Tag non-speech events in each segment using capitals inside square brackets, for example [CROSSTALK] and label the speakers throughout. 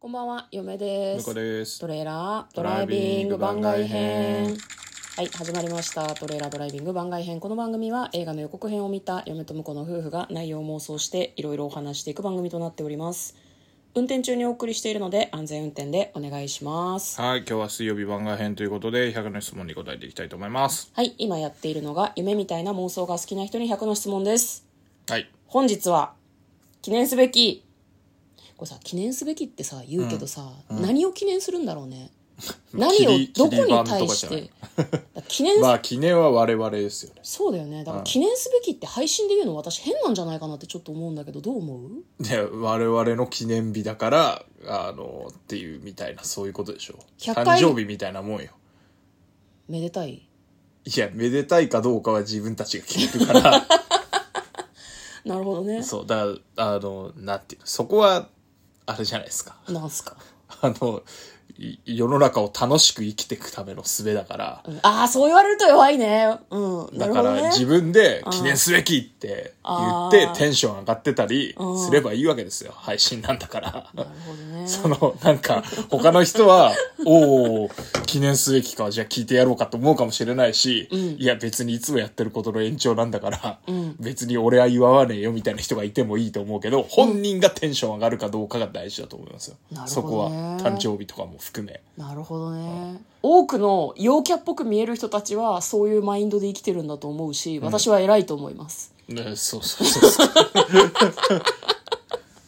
Speaker 1: こんばんは、嫁で
Speaker 2: 向こ
Speaker 1: す
Speaker 2: う。です
Speaker 1: ト。レーラード
Speaker 2: ド
Speaker 1: ラ
Speaker 2: ラ
Speaker 1: イ
Speaker 2: イ
Speaker 1: ビ
Speaker 2: ビ
Speaker 1: ン
Speaker 2: ン
Speaker 1: グ
Speaker 2: グ
Speaker 1: 番
Speaker 2: 番
Speaker 1: 外
Speaker 2: 外
Speaker 1: 編
Speaker 2: 編。
Speaker 1: はい、始まりました。トレーラードライビング番外編。この番組は映画の予告編を見た嫁と婿の夫婦が内容を妄想していろいろお話していく番組となっております。運転中にお送りしているので安全運転でお願いします。
Speaker 2: はい、今日は水曜日番外編ということで、100の質問に答えていきたいと思います。
Speaker 1: はい、今やっているのが夢みたいな妄想が好きな人に100の質問です。
Speaker 2: はい。
Speaker 1: 本日は記念すべき。これさ、記念すべきってさ、言うけどさ、何を記念するんだろう
Speaker 2: [LAUGHS]
Speaker 1: ね。何を
Speaker 2: 切り、
Speaker 1: どこ
Speaker 2: 切り板
Speaker 1: に
Speaker 2: とか
Speaker 1: 対
Speaker 2: じ
Speaker 1: し
Speaker 2: ゃない [LAUGHS]
Speaker 1: て。記念す
Speaker 2: まあ、記念は我々ですよね。
Speaker 1: そうだよねだから記念すべきって配信で言うの私変なんじゃないかなってちょっと思うんだけどどう思う
Speaker 2: で、我々の記念日だから、あの、っていうみたいな、そういうことでしょう。
Speaker 1: 100回
Speaker 2: 誕生日みたいなもんよ。
Speaker 1: めでたい
Speaker 2: いや、めでたいかどうかは自分たちが決めるから、
Speaker 1: なるほどね
Speaker 2: そう、 [LAUGHS] だから、あの、なんていうの、そこは、あれじゃないですか。
Speaker 1: なんすか、
Speaker 2: あの、い世の中を楽しく生きていくための術だから、
Speaker 1: うんああそう言われると弱いねうんな
Speaker 2: だ
Speaker 1: る
Speaker 2: か
Speaker 1: ほど
Speaker 2: ら
Speaker 1: ね
Speaker 2: 自分で記念すべきって言っ
Speaker 1: あ
Speaker 2: て
Speaker 1: ー
Speaker 2: テンション上がってたりすればいいわけですよ。配信なんだから。
Speaker 1: なるほどね
Speaker 2: その、なんか、他の人は、おお記念すべきか、じゃあ聞いてやろうかと思うかもしれないし、いや別にいつもやってることの延長なんだから、別に俺は祝わねえよみたいな人がいてもいいと思うけど、本人がテンション上がるかどうかが大事だと思いますよ。
Speaker 1: なる
Speaker 2: そ
Speaker 1: ほ
Speaker 2: こ
Speaker 1: ど
Speaker 2: は
Speaker 1: ね、
Speaker 2: 誕生日とかも含め。
Speaker 1: なるほどね多くの陽キャっぽく見える人たちはそういうマインドで生きてるんだと思うし私は偉いと思います、
Speaker 2: ね、そうそうそうそう。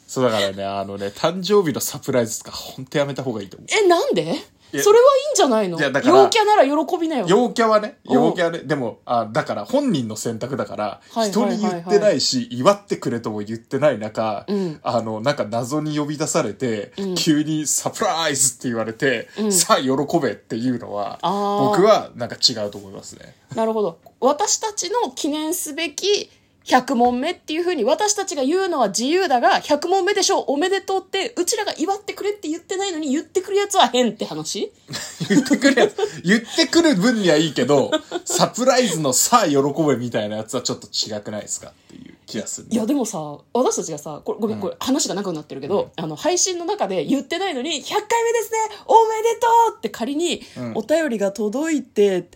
Speaker 2: そうだからね、あのね、誕生日のサプライズとか、ほんとやめた方がいいと思う。
Speaker 1: えなんで
Speaker 2: や
Speaker 1: それはいいんじゃないの
Speaker 2: いやだから
Speaker 1: 陽キャなら喜びなよ
Speaker 2: 陽キャはね、
Speaker 1: うん
Speaker 2: 陽キャはね、でも、あ、だから本人の選択だから、
Speaker 1: はい
Speaker 2: 人に言ってないし、祝ってくれとも言ってない中、
Speaker 1: うん
Speaker 2: あの、なんか謎に呼び出されて、急にサプライズって言われて、さあ喜べっていうのは、
Speaker 1: あー
Speaker 2: 僕はなんか違うと思いますね。
Speaker 1: なるほど。私たちの記念すべき100問目っていうふうに私たちが言うのは自由だが、100問目でしょう、おめでとうって、うちらが祝ってくれって言ってないのに言ってくるやつは変って話
Speaker 2: 言ってくるやつ、言ってくる分にはいいけど、サプライズのさあ喜べみたいなやつはちょっと違くないですかっていう気がする。
Speaker 1: いやでもさ、私たちがさ、これごめん、これ話が長くなってるけど、あの、配信の中で言ってないのに、100回目ですねおめでとうって仮に
Speaker 2: うん、
Speaker 1: お便りが届いて、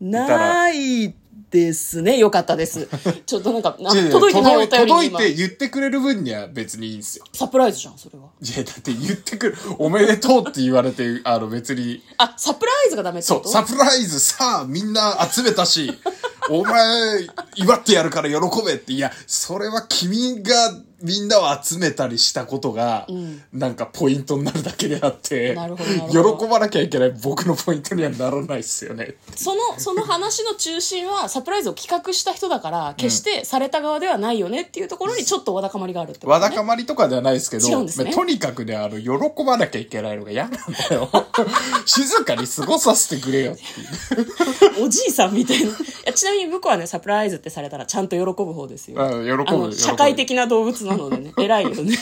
Speaker 1: ないですね。よかったです。
Speaker 2: [LAUGHS]
Speaker 1: ちょっとなんか、あ
Speaker 2: 違う違う
Speaker 1: 届いてないお便り
Speaker 2: 届
Speaker 1: に
Speaker 2: い
Speaker 1: 今
Speaker 2: 届いて言ってくれる分には別にいいんですよ。
Speaker 1: サプライズじゃん、それは。
Speaker 2: いや、だって言ってくる、おめでとうって言われて、あの別に、
Speaker 1: あ、サプライズがダメってこ
Speaker 2: そ
Speaker 1: と
Speaker 2: う、サプライズさあみんな集め
Speaker 1: [LAUGHS]
Speaker 2: たし、お前、祝ってやるから喜べって、いや、それは君がみんなを集めたりしたことが、
Speaker 1: ん
Speaker 2: なんかポイントになるだけであって、
Speaker 1: なるほどなるほど
Speaker 2: 喜ばなきゃいけない僕のポイントにはならないですよね。
Speaker 1: その、その話の中心は、サプライズを企画した人だから、決してされた側ではないよねっていうところにちょっとわだかまりがあるってこと、ね。
Speaker 2: わだかまりとかではないですけ
Speaker 1: 違う
Speaker 2: ど、
Speaker 1: んですね
Speaker 2: とにかくね、あの、喜ばなきゃいけないのが嫌なんだ
Speaker 1: [LAUGHS]
Speaker 2: よ。静かに過ごさせてくれよっていう。
Speaker 1: おじいさんみたいな。いやちなみに僕はね、サプライズってされたらちゃんと喜ぶ方ですよ。
Speaker 2: あ喜
Speaker 1: あ
Speaker 2: ぶ
Speaker 1: の、
Speaker 2: 喜ぶ
Speaker 1: 社会的な動物なので
Speaker 2: [LAUGHS]
Speaker 1: ね、偉いよね。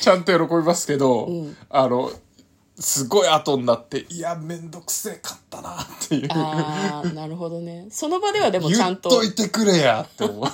Speaker 2: ちゃんと喜びますけど、あの、すごい後になって、いや、めんどくせえかったなっていう。
Speaker 1: ああ、なるほどね。その場ではでもちゃ
Speaker 2: 言
Speaker 1: ん
Speaker 2: っ
Speaker 1: と。
Speaker 2: といてくれやって思う。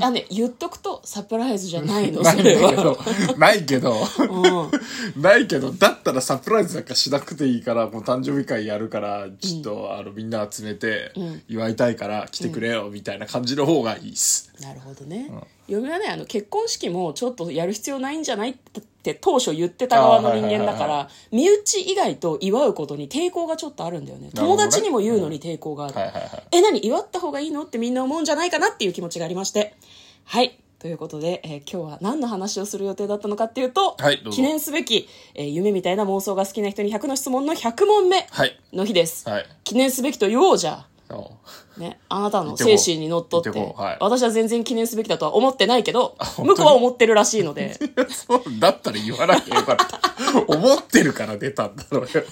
Speaker 1: あ、ね、言っとくとサプライズじゃないの、
Speaker 2: [LAUGHS] な
Speaker 1: [LAUGHS]
Speaker 2: い
Speaker 1: そ
Speaker 2: んだ
Speaker 1: れ
Speaker 2: け
Speaker 1: は。
Speaker 2: ど、ないけど、
Speaker 1: うん。
Speaker 2: ないけど、だったらサプライズなんかしなくていいから、もう誕生日会やるから、ちょっと、あの、みんな集めて、祝いたいから来てくれよ、みたいな感じの方がいいっす。
Speaker 1: なるほどね、嫁はねあの結婚式もちょっとやる必要ないんじゃないって当初言ってた側の人間だか
Speaker 2: あーはいはいはい
Speaker 1: ら身内以外と祝うことに抵抗がちょっとあるんだよね
Speaker 2: なるほ
Speaker 1: 友
Speaker 2: どね
Speaker 1: 達にも言うのに抵抗がある、
Speaker 2: はいはいはい。
Speaker 1: え何祝った方がいいのってみんな思うんじゃないかなっていう気持ちがありましてはいということで、えー今日は何の話をする予定だったのかっていうと、
Speaker 2: はいどうぞ
Speaker 1: 記念すべき、えー夢みたいな妄想が好きな人に100の質問の100問目
Speaker 2: はい。
Speaker 1: の日です、
Speaker 2: はい。
Speaker 1: 記念すべきと言おうじゃあ
Speaker 2: そう
Speaker 1: ね、あなたの精神にのっとって
Speaker 2: 行ってこうはい
Speaker 1: 私は全然記念すべきだとは思ってないけど
Speaker 2: 本当
Speaker 1: 向
Speaker 2: に
Speaker 1: こうは思ってるらしいので
Speaker 2: そう [LAUGHS] だったら言わなきゃよかった。思ってるから出たんだろうよ。 [LAUGHS]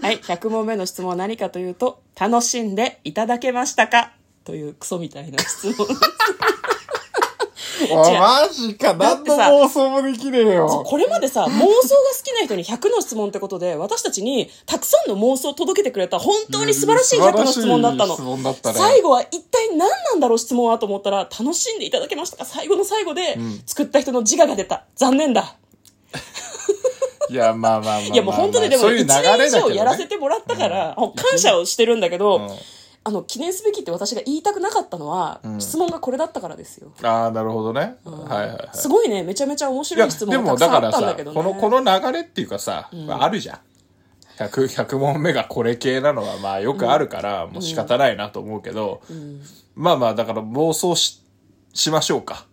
Speaker 1: はい100問目の質問は何かというと「楽しんでいただけましたか?」というクソみたいな質問 [LAUGHS]
Speaker 2: お
Speaker 1: 違う
Speaker 2: マジ
Speaker 1: だ
Speaker 2: か
Speaker 1: っ
Speaker 2: 何
Speaker 1: てさ
Speaker 2: の妄想もできねえよ
Speaker 1: これまで
Speaker 2: [LAUGHS]
Speaker 1: さ妄想が好きな人に100の質問ってことで私たちにたくさんの妄想を届けてくれた本当に素晴らしい100の質問だったの
Speaker 2: 素晴らしい質問だったね
Speaker 1: 最後は一体何なんだろう質問はと思ったら「楽しんでいただけましたか?」最後の最後で作った人の自我が出た残念だ
Speaker 2: いや、まあまあまあまあまあ。
Speaker 1: いやもう本当にでも
Speaker 2: そういう
Speaker 1: 1
Speaker 2: 流
Speaker 1: 年以
Speaker 2: れだけど、
Speaker 1: 上
Speaker 2: ね。
Speaker 1: やらせてもらったから、もう感謝をしてるんだけ
Speaker 2: う
Speaker 1: ど、
Speaker 2: ん
Speaker 1: あの記念すべきって私が言いたくなかったのは、
Speaker 2: うん
Speaker 1: 質問がこれだったからですよ、
Speaker 2: ああ、なるほどね。
Speaker 1: うん
Speaker 2: はいはいはい。
Speaker 1: すごいねめちゃめちゃ面
Speaker 2: いや
Speaker 1: 白い質
Speaker 2: で
Speaker 1: 問が
Speaker 2: も
Speaker 1: たくさ
Speaker 2: だ
Speaker 1: ん
Speaker 2: か
Speaker 1: あっ
Speaker 2: ら
Speaker 1: たん
Speaker 2: さ
Speaker 1: だけどね
Speaker 2: このこの流れっていうかさ、
Speaker 1: うん
Speaker 2: まああるじゃん 100, 100問目がこれ系なのはまあよくあるから、もう仕方ないなと思うけど、
Speaker 1: うん
Speaker 2: まあまあだから妄想ししましょうか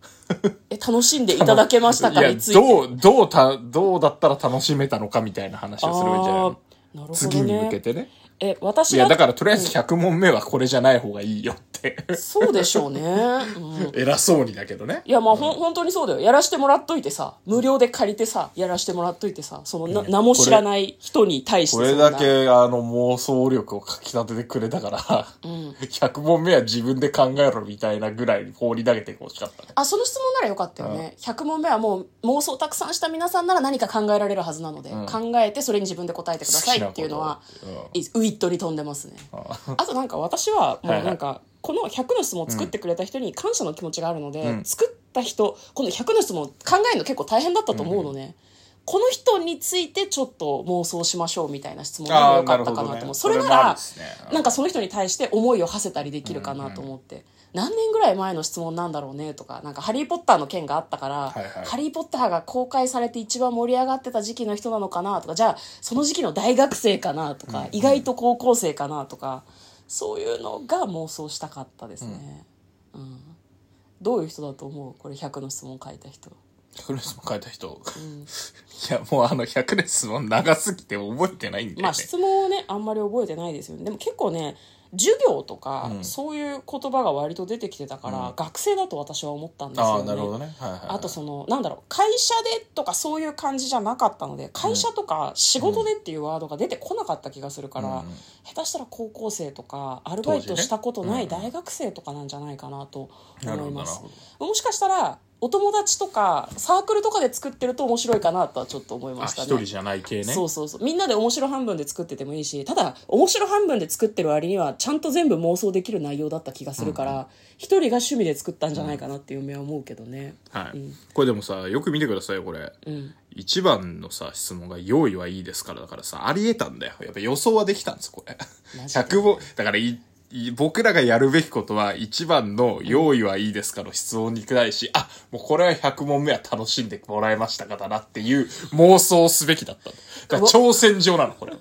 Speaker 1: え楽しんでいただけました
Speaker 2: い
Speaker 1: か
Speaker 2: や
Speaker 1: について
Speaker 2: どうどうたどうだったら楽しめたのかみたいな話をすればいいんじゃない
Speaker 1: あ
Speaker 2: の
Speaker 1: ーなるほ
Speaker 2: 次
Speaker 1: ど
Speaker 2: に向け
Speaker 1: ね
Speaker 2: てね
Speaker 1: え私
Speaker 2: い
Speaker 1: が
Speaker 2: やだからとりあえず100問目はこれじゃない方がいいよって、
Speaker 1: そうでしょうね、うん、
Speaker 2: 偉そうにだけどね
Speaker 1: いやまあほん本当にそうだよやらしてもらっといてさ無料で借りてさやらしてもらっといてさそのな、
Speaker 2: ね
Speaker 1: 名も知らない人に対して
Speaker 2: これ
Speaker 1: そんな
Speaker 2: だけあの妄想力をかき立ててくれたから、100問目は自分で考えろみたいなぐらいに放り投げてほしかったね。
Speaker 1: あその質問ならよかったよね、100問目はもう妄想たくさんした皆さんなら何か考えられるはずなので、
Speaker 2: ん
Speaker 1: 考えてそれに自分で答えてくださいっていうのは
Speaker 2: 好きなことを
Speaker 1: いウィットに飛んでますね [LAUGHS] あとなんか私はも
Speaker 2: はいうはい
Speaker 1: なんかこの100の質問を作ってくれた人に感謝の気持ちがあるので、
Speaker 2: うん
Speaker 1: 作った人この100の質問考えるの結構大変だったと思うのね、この人についてちょっと妄想しましょうみたいな質問でもよかったかなと思う、それな
Speaker 2: もある
Speaker 1: ら
Speaker 2: ですね
Speaker 1: なんかその人に対して思いを馳せたりできるかなと思って、何年ぐらい前の質問なんだろうねとか「なんかハリー・ポッター」の件があったから「
Speaker 2: いはい
Speaker 1: ハリー・ポッター」が公開されて一番盛り上がってた時期の人なのかなとかじゃあその時期の大学生かなとか、意外と高校生かなとかそういうのが妄想したかったですね。うんどういう人だと思うこれ100の質問書いた人。
Speaker 2: 100年質問書いた人。
Speaker 1: ん
Speaker 2: いや、もうあの、100年質問長すぎて覚えてないんで、ね。
Speaker 1: まあ質問をねあんまり覚えてないですよねでも結構ね授業とか、
Speaker 2: うん
Speaker 1: そういう言葉が割と出てきてたから、
Speaker 2: うん
Speaker 1: 学生だと私は思ったんです
Speaker 2: あ
Speaker 1: よ
Speaker 2: あ、
Speaker 1: ね
Speaker 2: なるほどね。はいはいはい、
Speaker 1: あとそのなんだろう会社でとかそういう感じじゃなかったので会社とか仕事でっていうワードが出てこなかった気がするから、
Speaker 2: うんうん
Speaker 1: 下手したら高校生とかアルバイ
Speaker 2: 当時
Speaker 1: ト
Speaker 2: ね
Speaker 1: したことな
Speaker 2: う
Speaker 1: い
Speaker 2: んうん
Speaker 1: 大学生とかなんじゃないかなと
Speaker 2: なる
Speaker 1: 思
Speaker 2: ほ
Speaker 1: い
Speaker 2: ど、
Speaker 1: ま
Speaker 2: なる
Speaker 1: す
Speaker 2: ほど。
Speaker 1: もしかしたらお友達とかサークルとかで作ってると面白いかなとはちょっと思い
Speaker 2: あ、
Speaker 1: まし
Speaker 2: 一
Speaker 1: たね
Speaker 2: 人じゃない系ね。
Speaker 1: そうそうそうみんなで面白半分で作っててもいいしただ面白半分で作ってる割にはちゃんと全部妄想できる内容だった気がするから一、人が趣味で作ったんじゃないかなっていう夢は思うけどね
Speaker 2: は
Speaker 1: う
Speaker 2: い、
Speaker 1: ん
Speaker 2: これでもさ、よく見てくださいよ、これ。
Speaker 1: うん
Speaker 2: 一番のさ、質問が、用意はいいですから、だからさ、あり得たんだよ。やっぱ予想はできたんです、これ。
Speaker 1: マジで
Speaker 2: 100問、だからい、い僕らがやるべきことは、一番の用意はいいですかの質問に対し、あ、もうこれは100問目は楽しんでもらえましたかだなっていう妄想をすべきだったんだ。だから挑戦状なの、これ。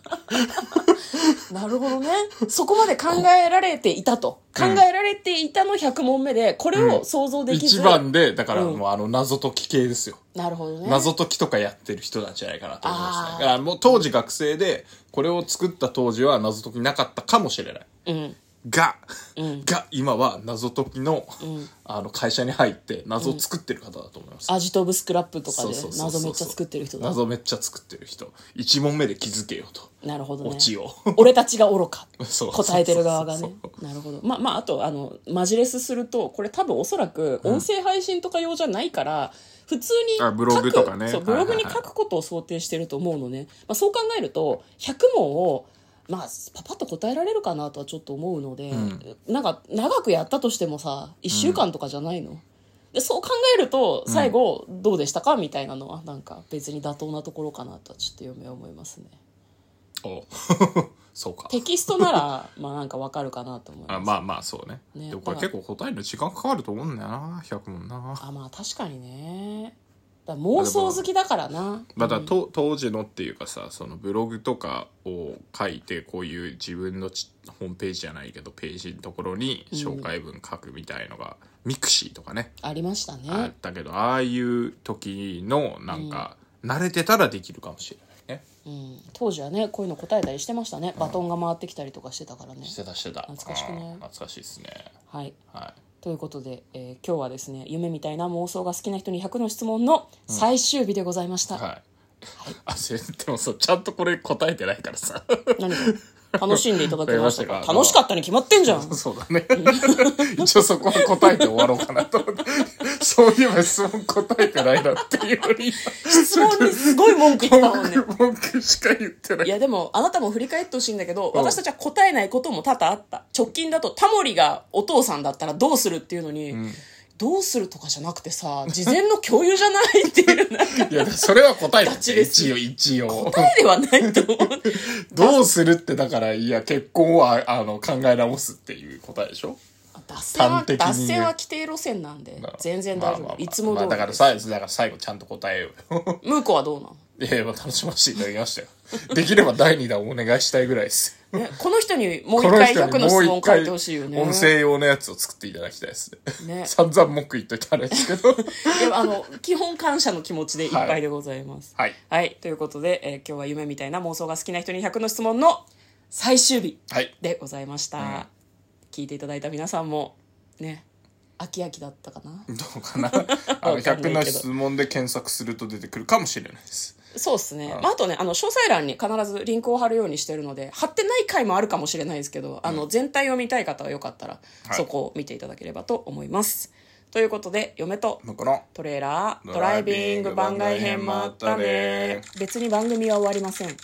Speaker 1: なるほどねそこまで考えられていたと考
Speaker 2: うん
Speaker 1: えられていたの100問目でこれを想像できず、
Speaker 2: 一番で、だから
Speaker 1: うん
Speaker 2: もうあの、謎解き系ですよ。
Speaker 1: なるほどね
Speaker 2: 謎解きとかやってる人なんじゃないかなと思います
Speaker 1: あー
Speaker 2: ね。だからもう当時学生で、これを作った当時は謎解きなかったかもしれない。
Speaker 1: うん
Speaker 2: が、
Speaker 1: うん
Speaker 2: が今は謎解きの,、
Speaker 1: ん
Speaker 2: あの会社に入って謎を作ってる方だと思います、
Speaker 1: アジトーブスクラップとかで
Speaker 2: そうそうそうそ
Speaker 1: 謎
Speaker 2: う
Speaker 1: めっちゃ作ってる人だ
Speaker 2: 謎めっちゃ作ってる人1問目で気づけよと
Speaker 1: なるほどね
Speaker 2: オチ
Speaker 1: [LAUGHS]
Speaker 2: を
Speaker 1: 俺たちが愚か
Speaker 2: [LAUGHS] そう
Speaker 1: 答えてる側が
Speaker 2: そ
Speaker 1: ね
Speaker 2: うそう
Speaker 1: なるほどまあまああとあのマジレスするとこれ多分おそらく音声配信とか用じゃないから、普通に
Speaker 2: あブログとかね
Speaker 1: 書くそう
Speaker 2: は
Speaker 1: ブ
Speaker 2: いは
Speaker 1: ログに
Speaker 2: いはい
Speaker 1: 書くことを想定してると思うのね、まあ、そう考えると100問をまあパパッと答えられるかなとはちょっと思うので、なんか長くやったとしてもさ1週間とかじゃないの、でそう考えると最後どうでしたか、みたいなのはなんか別に妥当なところかなとはちょっと嫁は思いますね
Speaker 2: お [LAUGHS] そうか
Speaker 1: テキストなら [LAUGHS] まあなんかわかるかなと思います
Speaker 2: あまあまあそうね
Speaker 1: ね
Speaker 2: でもこれ
Speaker 1: だか
Speaker 2: 結
Speaker 1: ら
Speaker 2: 構答えるの時間かかると思うんだよな100問な
Speaker 1: あまあ確かにねだから妄想好きだからな
Speaker 2: まあだからと当時のっていうかさそのブログとかを書いてこういう自分のちホームページじゃないけどページのところに紹介文書くみたいのが、ミクシーとかね
Speaker 1: ありました
Speaker 2: あ
Speaker 1: ね
Speaker 2: ったけどああいう時のなんか、慣れてたらできるかもしれないね
Speaker 1: うん当時はねこういうの答えたりしてましたねバトンが回ってきたりとかしてたからね
Speaker 2: してたしてた
Speaker 1: 懐かしくね
Speaker 2: うん懐かしいですね
Speaker 1: はい
Speaker 2: は
Speaker 1: ということで、えー今日はですね夢みたいな妄想が好きな人に100の質問の最終日でございまし
Speaker 2: い
Speaker 1: た、
Speaker 2: はいあせでもさちゃんとこれ答えてないからさ
Speaker 1: 何か楽しんでいただけました
Speaker 2: [LAUGHS] わか
Speaker 1: か
Speaker 2: りまし
Speaker 1: 楽し
Speaker 2: たか
Speaker 1: かったに決まってんじゃん
Speaker 2: [LAUGHS] そうだね一応そこは答えて終わろうかなと思ってそういえば質問答えてないなっていうより
Speaker 1: 質問にすごい文句言ったもん
Speaker 2: [LAUGHS]
Speaker 1: ね
Speaker 2: 文句文句しか言ってな
Speaker 1: [LAUGHS]
Speaker 2: い
Speaker 1: いやでもあなたも振り返ってほしいんだけど、
Speaker 2: うん
Speaker 1: 私たちは答えないことも多々あった直近だとタモリがお父さんだったらどうするっていうのに、どうするとかじゃなくてさ事前の共有じゃないっていう
Speaker 2: [LAUGHS]
Speaker 1: なんか
Speaker 2: [LAUGHS] いや、それは答えだっ
Speaker 1: ガチ
Speaker 2: て、
Speaker 1: です
Speaker 2: 一応、一応。
Speaker 1: 答えではないと思う
Speaker 2: [LAUGHS] どうするって、だから、いや、結婚は、あの、考え直すっていう答えでしょ
Speaker 1: 脱線は
Speaker 2: 端的に
Speaker 1: 脱線は規定路線なんで全然大丈
Speaker 2: まあまあま
Speaker 1: 夫
Speaker 2: あ
Speaker 1: いつも
Speaker 2: ま
Speaker 1: 通
Speaker 2: あだから
Speaker 1: り
Speaker 2: 最後、だから最後ちゃんと答えよう [LAUGHS] よ。
Speaker 1: 向こうはどうなの
Speaker 2: いやいや、楽しませていただきましたよ。できれば第2弾お願いしたいぐらいです。
Speaker 1: ね、この人
Speaker 2: [LAUGHS]
Speaker 1: にもう
Speaker 2: こ
Speaker 1: 一
Speaker 2: の
Speaker 1: 回
Speaker 2: 人
Speaker 1: 100
Speaker 2: に
Speaker 1: の
Speaker 2: も
Speaker 1: 質問
Speaker 2: う一
Speaker 1: 書い
Speaker 2: 回
Speaker 1: てほしいよね。
Speaker 2: 音声用のやつを作っていただきたいですね。
Speaker 1: ね
Speaker 2: [LAUGHS] 散々文句言っといたんですけ
Speaker 1: [LAUGHS]
Speaker 2: ど。
Speaker 1: でもあの基本感謝の気持ちでいっぱいでございます。
Speaker 2: はい
Speaker 1: ということで、えー今日は夢みたいな妄想が好きな人に100の質問の最終日
Speaker 2: はい。
Speaker 1: でございました。
Speaker 2: ん
Speaker 1: 聞いていただいた皆さんもね飽き飽きだったかな。
Speaker 2: どうかな。あ
Speaker 1: [LAUGHS]
Speaker 2: の、
Speaker 1: わかんないけど
Speaker 2: 100の質問で検索すると出てくるかもしれないです。
Speaker 1: そうですね、まあ、あとねあの詳細欄に必ずリンクを貼るようにしてるので貼ってない回もあるかもしれないですけど、あの全体を見たい方はよかったら、
Speaker 2: はい
Speaker 1: そこを見ていただければと思います。ということで嫁と
Speaker 2: だから、
Speaker 1: トレーラード
Speaker 2: ド
Speaker 1: ラ
Speaker 2: ラ
Speaker 1: イ
Speaker 2: イ
Speaker 1: ビ
Speaker 2: ビ
Speaker 1: ン
Speaker 2: ン
Speaker 1: グ
Speaker 2: グ
Speaker 1: 番
Speaker 2: 番
Speaker 1: 外
Speaker 2: 外
Speaker 1: 編
Speaker 2: 編
Speaker 1: も
Speaker 2: も
Speaker 1: あ
Speaker 2: あ
Speaker 1: っ
Speaker 2: ったた
Speaker 1: ね
Speaker 2: ね
Speaker 1: 別に番組は終わりません